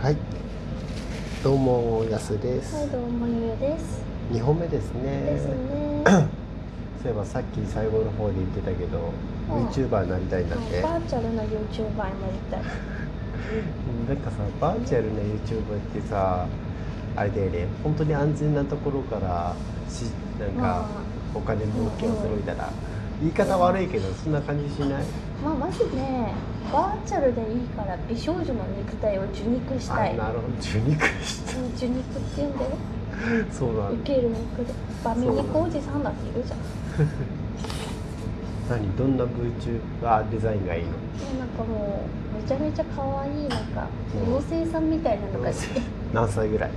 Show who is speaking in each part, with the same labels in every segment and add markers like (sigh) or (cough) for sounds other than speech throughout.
Speaker 1: はい。どうもやすで
Speaker 2: はい、
Speaker 1: す。
Speaker 2: どうもゆうです。
Speaker 1: 二、本目ですね
Speaker 2: ですね。
Speaker 1: そういえばさっき最後の方で言ってたけど、
Speaker 2: うん
Speaker 1: VTuber になりたいんだって。
Speaker 2: バーチャルな YouTuber になりたい。
Speaker 1: なんかさ、バーチャルな YouTuber ってさ、あれだよね。本当に安全なところからしなんかお金儲けをするみたいな。言い方悪いけど、そんな感じしない。
Speaker 2: まあ、まずね、バーチャルでいいから美少女の肉体を受肉したい。
Speaker 1: あ、
Speaker 2: うん
Speaker 1: なるほど。 (laughs) 受肉した。
Speaker 2: 受肉って言うんだよ。
Speaker 1: そうなんだ
Speaker 2: 受ける肉で。バミ肉おじさんだっているじゃん。
Speaker 1: 何どんな VTuber デザインがいいの？
Speaker 2: もうなんかもう、めちゃめちゃ可愛い、なんか、妖精さんみたいなのがいて。うん
Speaker 1: 何歳ぐらい？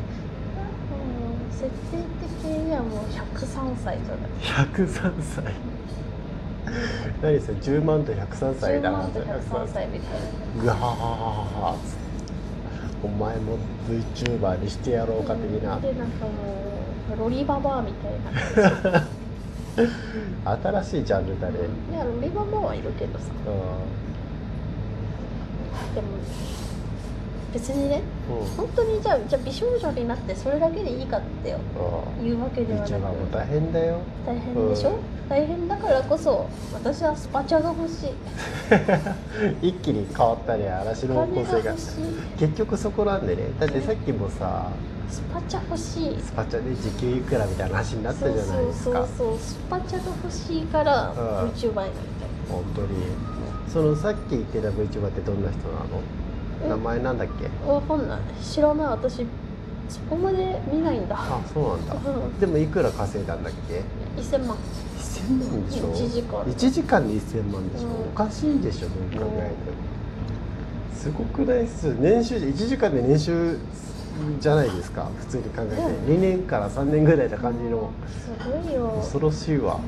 Speaker 2: 設定的にはもう103歳じゃない。
Speaker 1: 103歳何それ10万と103歳だ
Speaker 2: 10万と103歳みたいな。
Speaker 1: ぐわーっつってお前も VTuber にしてやろうか的な
Speaker 2: でなんかもうロリババアみた
Speaker 1: (laughs)
Speaker 2: いない
Speaker 1: 新しいジャンルだね
Speaker 2: やロリババアはいるけどさ
Speaker 1: う
Speaker 2: でも別にね
Speaker 1: んうん
Speaker 2: 本当にじゃあじゃあ美少女になってそれだけでいいかって言うわけではな
Speaker 1: VTuber も
Speaker 2: く
Speaker 1: 大変だよ
Speaker 2: 大変でしょ、
Speaker 1: う
Speaker 2: 大変だからこそ私はスパチャが欲しい
Speaker 1: 一気に変わったね嵐
Speaker 2: お
Speaker 1: の方
Speaker 2: 金
Speaker 1: 向
Speaker 2: が
Speaker 1: 性が
Speaker 2: 欲しい
Speaker 1: 結局そこなんでねだってさっきもさ
Speaker 2: スパチャ欲しい
Speaker 1: スパチャで時給いくらみたいな話になったじゃないです
Speaker 2: そうそ
Speaker 1: か
Speaker 2: うそうスパチャが欲しいから
Speaker 1: ん
Speaker 2: VTuber になりたい
Speaker 1: 本当にそのさっき言ってた VTuber ってどんな人なの
Speaker 2: うん
Speaker 1: 名前なんだっけ
Speaker 2: わかんない知らない私そこまで見ないんだ
Speaker 1: あそうなんだ
Speaker 2: う
Speaker 1: でもいくら稼いだんだっけ
Speaker 2: ん1000万
Speaker 1: 1000万でしょ
Speaker 2: 1時間
Speaker 1: 1時間で1000万でしょ、
Speaker 2: うん
Speaker 1: おかしいでしょどう考えても、すごくないっすよ年収1時間で年収じゃないですか普通に考えて、
Speaker 2: うん
Speaker 1: 2年から3年ぐらいな感じの
Speaker 2: すごいよ
Speaker 1: 恐ろしいわ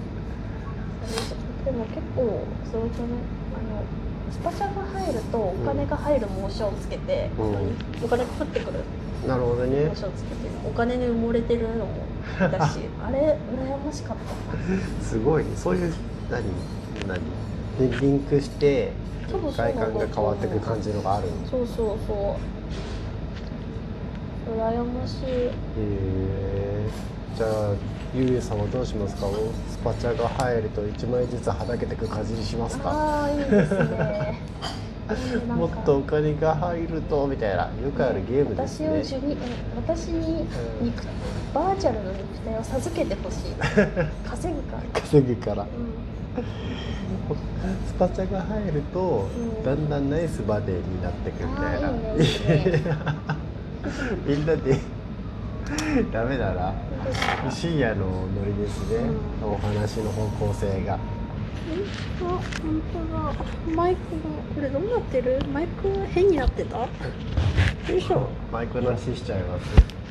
Speaker 2: でも結構それじゃないあのスパチャが入るとお金が入るモーションをつけて、
Speaker 1: うん
Speaker 2: お金が降ってくる
Speaker 1: なるほど
Speaker 2: モ
Speaker 1: ね
Speaker 2: ーションをつけてお金に埋もれてるのもだ
Speaker 1: (laughs)
Speaker 2: しあれ羨ましかった
Speaker 1: すごいねそういう何何でリンクして
Speaker 2: 多分そう
Speaker 1: 外
Speaker 2: なん
Speaker 1: 観
Speaker 2: だ
Speaker 1: が変わってく感じのがあるの
Speaker 2: そうそうそう羨ましい
Speaker 1: へーじゃあゆうえさんはどうしますかスパチャが入ると1枚ずつはだけてく感じにしますか
Speaker 2: ああいいですねいいなんか
Speaker 1: もっとお金が入るとみたいなよくあるゲームです
Speaker 2: 私を
Speaker 1: ね
Speaker 2: 受に私に
Speaker 1: うん
Speaker 2: 肉バーチャルの肉体を授けて
Speaker 1: (laughs)
Speaker 2: ほしい稼ぐから
Speaker 1: 稼ぐから
Speaker 2: う
Speaker 1: スパチャが入ると、
Speaker 2: うん
Speaker 1: だんだんナイスバディになってくみたいな
Speaker 2: あーいいねいいね
Speaker 1: (laughs) みんなでダメだなん
Speaker 2: どうした
Speaker 1: 深夜のノリですね、
Speaker 2: う
Speaker 1: お話の方向性が
Speaker 2: あ、本当だ。マイクが、これどうなってるマイク変になってたよいしょ。
Speaker 1: マイクの話しちゃいます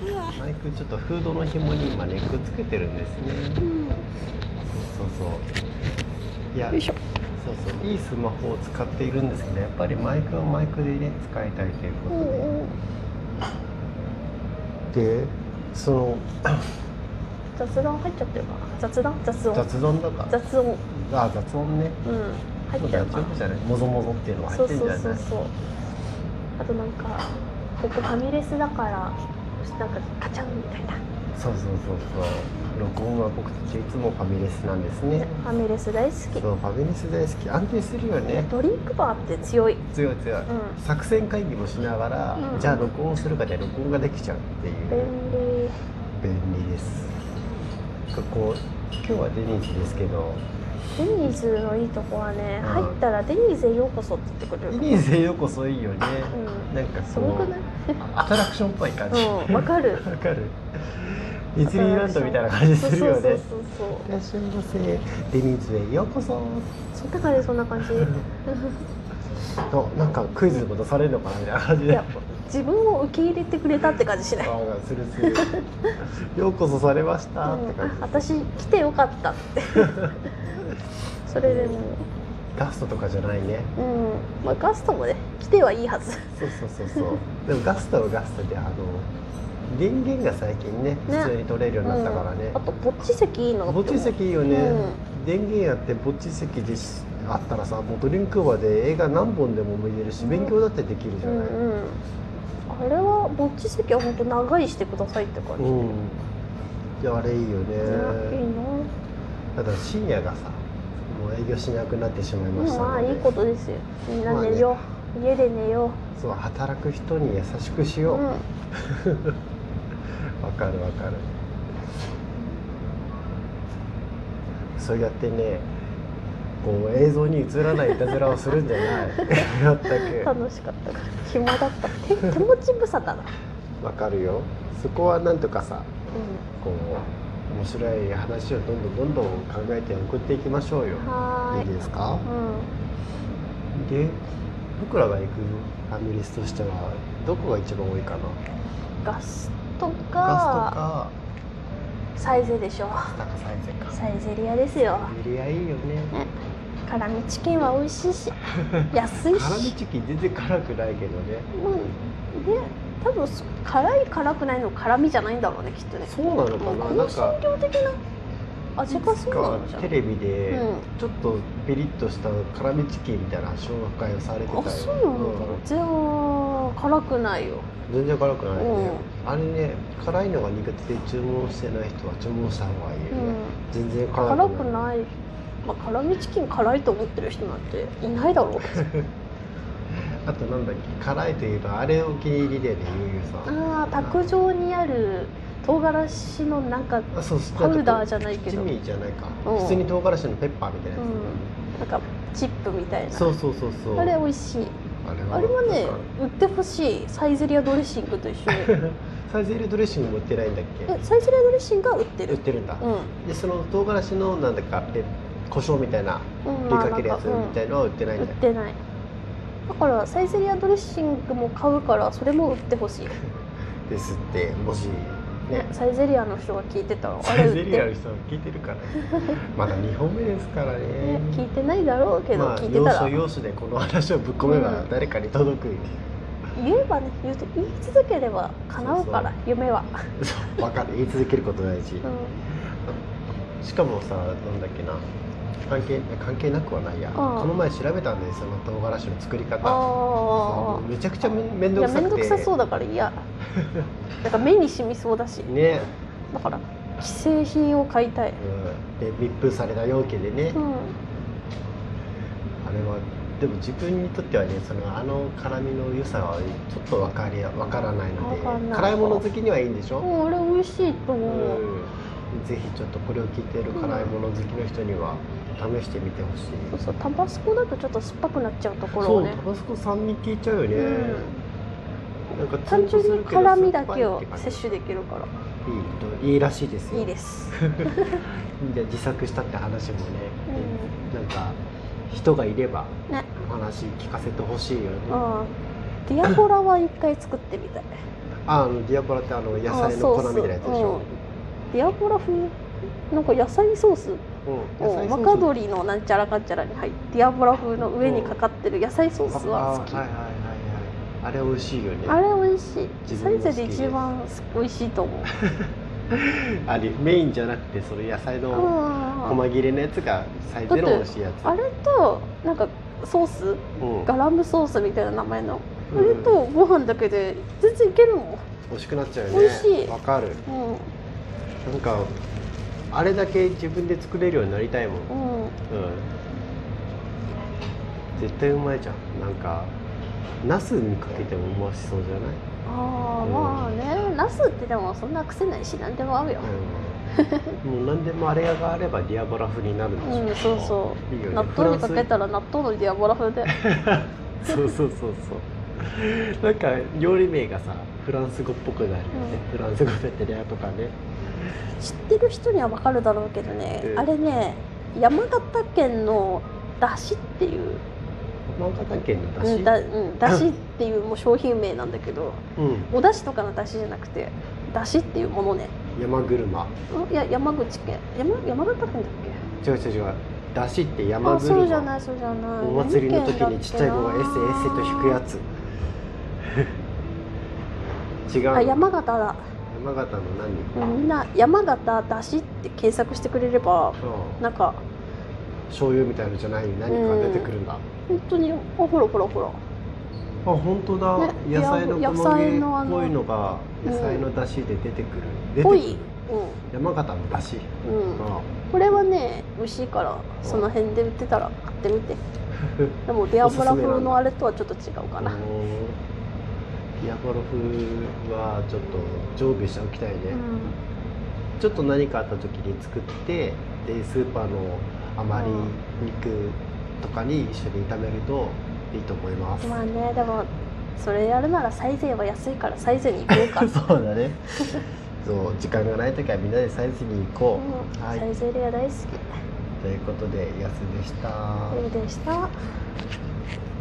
Speaker 2: うわ
Speaker 1: マイクちょっとフードの紐に今ねくっつけてるんです
Speaker 2: う
Speaker 1: ね
Speaker 2: ん。よ
Speaker 1: そうそういや
Speaker 2: いしょ。
Speaker 1: そうそういいスマホを使っているんですけどやっぱりマイクはマイクでね使いたいという
Speaker 2: う
Speaker 1: こ
Speaker 2: ん
Speaker 1: とで、
Speaker 2: うん。
Speaker 1: でその
Speaker 2: 雑談入っちゃってるかな。雑談雑音。
Speaker 1: 雑談だか
Speaker 2: 雑音。
Speaker 1: あ雑音ね
Speaker 2: うん。入
Speaker 1: そ
Speaker 2: っ
Speaker 1: う
Speaker 2: て
Speaker 1: だよ
Speaker 2: るかな。
Speaker 1: じゃないもぞもぞっていうのは
Speaker 2: そ
Speaker 1: 入っ
Speaker 2: う
Speaker 1: て
Speaker 2: そ
Speaker 1: ん
Speaker 2: う
Speaker 1: じゃない
Speaker 2: そうそう。あとなんか、ここファミレスだから、なんかカチャンみたいな。
Speaker 1: そうそうそうそう録音は僕たちいつもファミレスなんですね
Speaker 2: ファミレス大好
Speaker 1: そう
Speaker 2: き。
Speaker 1: ファミレス大好き安定するよね
Speaker 2: ドリンクバーって強い。
Speaker 1: 強い強い
Speaker 2: うん。
Speaker 1: 作戦会議もしながら、
Speaker 2: うん
Speaker 1: じゃあ録音するかで録音ができちゃうっていう
Speaker 2: 便利。
Speaker 1: 便利ですなんかこう今日はデニーズですけど
Speaker 2: デニーズのいいとこはね、
Speaker 1: うん
Speaker 2: 入ったらデニーズへようこそって言ってくれ
Speaker 1: デ
Speaker 2: る。
Speaker 1: ニーズへようこそいいよね、
Speaker 2: う
Speaker 1: なんか
Speaker 2: ん。す
Speaker 1: こ
Speaker 2: ごく
Speaker 1: う
Speaker 2: ない？
Speaker 1: アトラクションっぽい感じ、わ
Speaker 2: うん、わかる。
Speaker 1: かるディズニーランドみたいな感じするよね
Speaker 2: そうそうそう
Speaker 1: いらっしゃいませデニーズへようこそ
Speaker 2: そう。そんな感じそんな感
Speaker 1: となんかクイズでも出されるのかなみたいな感じ
Speaker 2: じ。い
Speaker 1: で
Speaker 2: や、自分を受け入れてくれたって感じしない。
Speaker 1: あするする (laughs) ようこそされましたって
Speaker 2: う
Speaker 1: 感
Speaker 2: ん
Speaker 1: じ
Speaker 2: 私来てよかっ
Speaker 1: (laughs)
Speaker 2: たって。それでも
Speaker 1: ガストとかじゃないね
Speaker 2: う、うん、まあガストもね、来てはいいはず。
Speaker 1: そうそうそうそう
Speaker 2: (laughs)
Speaker 1: でもガストはガストであの電源が最近ね
Speaker 2: ね
Speaker 1: 普通に取れるようになったからね
Speaker 2: あとぼっち席いいの。
Speaker 1: ぼっち。席いいよね、
Speaker 2: う
Speaker 1: 電源やってぼっち席でしあったらさもうドリンクバーで映画何本でも見れるし勉強だってできるじ
Speaker 2: う
Speaker 1: ゃない、
Speaker 2: んうん。あれはどっち席は本当長いしてくださいって感じ
Speaker 1: う
Speaker 2: で、
Speaker 1: んじゃああれいいよね
Speaker 2: ねいいな
Speaker 1: ただ深夜がさもう営業しなくなってしまいました
Speaker 2: まあ
Speaker 1: ので、
Speaker 2: いいことですよみんな
Speaker 1: まあね
Speaker 2: 寝よう、家で寝よ
Speaker 1: そう働く人に優しくし
Speaker 2: う、
Speaker 1: よう
Speaker 2: うん、
Speaker 1: わかるわかるそうやってねこう映像に映らないいたずらをするんじゃ
Speaker 2: (laughs)
Speaker 1: ない全く
Speaker 2: 楽しかったから暇だった手手持ち無沙汰だ、
Speaker 1: わかるよそこはなんとかさ
Speaker 2: う
Speaker 1: こう面白い話をどんどんどんどん考えて送っていきましょうよ
Speaker 2: ん、はいー
Speaker 1: い
Speaker 2: い
Speaker 1: ですか
Speaker 2: う、
Speaker 1: で僕らが行くファミレスとしてはどこが一番多いかなん
Speaker 2: ガスと
Speaker 1: ガ
Speaker 2: か
Speaker 1: スとか
Speaker 2: サイゼでしょ
Speaker 1: 高サイゼか
Speaker 2: サイゼリアですよ
Speaker 1: エリアいいよね
Speaker 2: 辛味チキンは美味し
Speaker 1: (laughs)
Speaker 2: いし安
Speaker 1: 辛
Speaker 2: い
Speaker 1: 味
Speaker 2: し
Speaker 1: チキン全然辛くないけどね
Speaker 2: うんで多分そ辛い辛くないの辛味じゃないんだろうねきっとね
Speaker 1: そうなのかななんか
Speaker 2: 量的な味がそうなんじゃ
Speaker 1: テ
Speaker 2: ん
Speaker 1: レビで
Speaker 2: うん
Speaker 1: ちょっとピリッとした辛味チキンみたいな紹介をされてたよ
Speaker 2: あそうなのかな全然辛くないよ
Speaker 1: うん全然辛くないね、あれね辛いのが苦手で注文してない人は注文した方がいいよね、
Speaker 2: うん
Speaker 1: 全然辛くない
Speaker 2: 辛くないまあ辛味チキン辛いと思ってる人なんていない
Speaker 1: (laughs)
Speaker 2: だろうけど
Speaker 1: あとなんだっけ辛いといえばあれお気に入りだよねゆうゆうさん
Speaker 2: ああ卓上にある唐辛子のなんか
Speaker 1: あそう
Speaker 2: パウダーじゃないけど
Speaker 1: 七味じゃないか
Speaker 2: うん
Speaker 1: 普通に唐辛子のペッパーみたいなやつ、
Speaker 2: なんかチップみたいな
Speaker 1: そうそうそうそう
Speaker 2: あれ美味しい
Speaker 1: あれは
Speaker 2: あれはね売ってほしいサイゼリアドレッシングと一
Speaker 1: (laughs)
Speaker 2: 緒に
Speaker 1: サイゼリアドレッシング売ってないんだっ
Speaker 2: えサイゼリアドレッシングが売っ
Speaker 1: け
Speaker 2: て
Speaker 1: 売っ
Speaker 2: る
Speaker 1: てるんだ、
Speaker 2: うん
Speaker 1: でその唐辛子のなんだかペ胡椒みたいな
Speaker 2: うん
Speaker 1: ふり
Speaker 2: まあ
Speaker 1: かけるやつみ
Speaker 2: なんか
Speaker 1: たいのは売ってない
Speaker 2: うんん売っ
Speaker 1: だよ、
Speaker 2: てないだからサイゼリアドレッシングも買うからそれも売ってほしい、
Speaker 1: ですってもしね
Speaker 2: ね、サイゼリアの人が聞いてたらあ
Speaker 1: サ
Speaker 2: れ
Speaker 1: イ
Speaker 2: 売
Speaker 1: ゼ
Speaker 2: って
Speaker 1: リアの人は聞いてるからまだ2本目ですからね
Speaker 2: ね聞いてないだろうけど、
Speaker 1: まあ
Speaker 2: 聞いてたら
Speaker 1: 要所要所でこの話をぶっ込めば
Speaker 2: うん
Speaker 1: 誰かに届くよ、
Speaker 2: 言えばね言うと言い続ければ叶うから
Speaker 1: そう
Speaker 2: 夢は、
Speaker 1: そう分かる言い続けること大事、
Speaker 2: う
Speaker 1: しかもさなんだっけな関係関係なくはないや
Speaker 2: ああ
Speaker 1: この前調べたんでその唐辛子の作り
Speaker 2: ん、
Speaker 1: 方
Speaker 2: あ
Speaker 1: めちゃくちゃめめん
Speaker 2: あい
Speaker 1: ど
Speaker 2: や
Speaker 1: くさく
Speaker 2: 面倒
Speaker 1: て
Speaker 2: くさそうだか
Speaker 1: (laughs)
Speaker 2: ら嫌なんか目に染みそうだし
Speaker 1: ね、
Speaker 2: だから既製品を買いたい
Speaker 1: うん、で密封された容器でね、
Speaker 2: うん
Speaker 1: あれはでも自分にとってはねそのあの辛みの良さはちょっと分かりや分からないので
Speaker 2: わかんない
Speaker 1: 辛いもの好きにはいいんでしょ、
Speaker 2: うん、あれ美味しいと
Speaker 1: う
Speaker 2: 思う、
Speaker 1: ぜひちょっとこれを聞いてる辛いもの好きの人には試してみてほしい、
Speaker 2: そうそうタバスコだとちょっと酸っぱくなっちゃうところ
Speaker 1: そ
Speaker 2: を
Speaker 1: う
Speaker 2: ね
Speaker 1: タバスコ酸味効いちゃうよね、なんか
Speaker 2: 単純に辛みだけを
Speaker 1: 摂
Speaker 2: 摂取できるから
Speaker 1: 取いいといいらしいですよ
Speaker 2: いいです、
Speaker 1: じゃあ自作したって話もね、
Speaker 2: う
Speaker 1: なんか人がいれば
Speaker 2: ん、ね
Speaker 1: お話聞かせてほしいよね、あ
Speaker 2: うんディアボラは一回作ってみたい
Speaker 1: あのディアボラってあの野菜の粉みたいなやつでしょ
Speaker 2: ディアボラ風なんか野菜ソース
Speaker 1: うん
Speaker 2: を若鶏のなんちゃらかんちゃらに入ってディアボラ風の上にかかってる野菜ソースは好き
Speaker 1: あはいはいはいはいあれ美味しいよね
Speaker 2: あれ美味しい
Speaker 1: 自
Speaker 2: サ
Speaker 1: 分
Speaker 2: イ
Speaker 1: も好
Speaker 2: ゼ
Speaker 1: き
Speaker 2: で一番美味しいと思う
Speaker 1: あれメインじゃなくてその野菜
Speaker 2: う
Speaker 1: の
Speaker 2: ん
Speaker 1: 細切れのやつが最低の美味しいやつ
Speaker 2: あれとなんかソース
Speaker 1: うん
Speaker 2: ガラムソースみたいな名前のあ
Speaker 1: うん
Speaker 2: れとご飯だけで全然いけるも
Speaker 1: 美味しくなっちゃうよね
Speaker 2: 美味しい
Speaker 1: わかる
Speaker 2: んうん
Speaker 1: なんかあれだけ自分で作れるようになりたいもん
Speaker 2: うん
Speaker 1: うん絶対うまいじゃんなんかナスにかけてもうましそうじゃない、
Speaker 2: ああ
Speaker 1: うん
Speaker 2: まあねナスってでもそんな癖ないし何でも合うよ (laughs)
Speaker 1: うん、もう何でもあれがあればディアボラ風になるんでしょ、
Speaker 2: うんそうそう
Speaker 1: いいよね
Speaker 2: 納豆にかけたら納豆のディアボラ風で
Speaker 1: フランスそうそうそうそうなんか料理名がさフランス語っぽくなるよね、フランス語でテレアとかね
Speaker 2: (laughs) 知ってる人には分かるだろうけどね、
Speaker 1: うん
Speaker 2: あれね山形県のだしっていう
Speaker 1: 山形県のだし、
Speaker 2: う
Speaker 1: うんん
Speaker 2: だうん、だしっていうもう商品名なんだけどおだしとかのだしじゃなくてだしっていうものね
Speaker 1: 山車
Speaker 2: んいや山口県山山形県だ
Speaker 1: 違
Speaker 2: っ
Speaker 1: う違う違うだしって
Speaker 2: けあ
Speaker 1: 山
Speaker 2: そうじゃ
Speaker 1: 車
Speaker 2: ないそうじゃない
Speaker 1: お祭りの時にちっちゃい子がエッセエッセと弾くや
Speaker 2: (laughs)
Speaker 1: つ違うの
Speaker 2: あ山形だ
Speaker 1: 山形の何
Speaker 2: うんみんな山形だしって検索してくれれば
Speaker 1: そう
Speaker 2: なんか
Speaker 1: 醤油みたいのじゃない何か出てくるんだ、
Speaker 2: 本当にあほらほらほら
Speaker 1: あ本当だ、
Speaker 2: ね
Speaker 1: 野菜の
Speaker 2: いや
Speaker 1: この
Speaker 2: 野菜のあ
Speaker 1: 家っ
Speaker 2: の
Speaker 1: ぽいのが
Speaker 2: うん
Speaker 1: 野菜の出汁で出てくる、出てく
Speaker 2: ぽ
Speaker 1: る
Speaker 2: い、
Speaker 1: 山形の出汁、
Speaker 2: うんうん、
Speaker 1: あ
Speaker 2: これはね美味しいからその辺で売ってたら買ってみ
Speaker 1: (laughs)
Speaker 2: てでもデアボラ風のあれとはちょっと違うか
Speaker 1: あの
Speaker 2: な
Speaker 1: ディアボロフはちょっと常備しておきたいね、
Speaker 3: うん
Speaker 1: ちょっと何かあった時に作ってでスーパーの余り肉とかに一緒に炒めるといいと思います、
Speaker 2: まあねでもそれやるならサイゼは安いからサイゼに行こうか
Speaker 1: (laughs) そうだねそう時間がない時はみんなでサイズに行こう、
Speaker 2: うん
Speaker 1: はい
Speaker 2: サイゼリア大好き
Speaker 1: ということで安でした、
Speaker 2: いいでした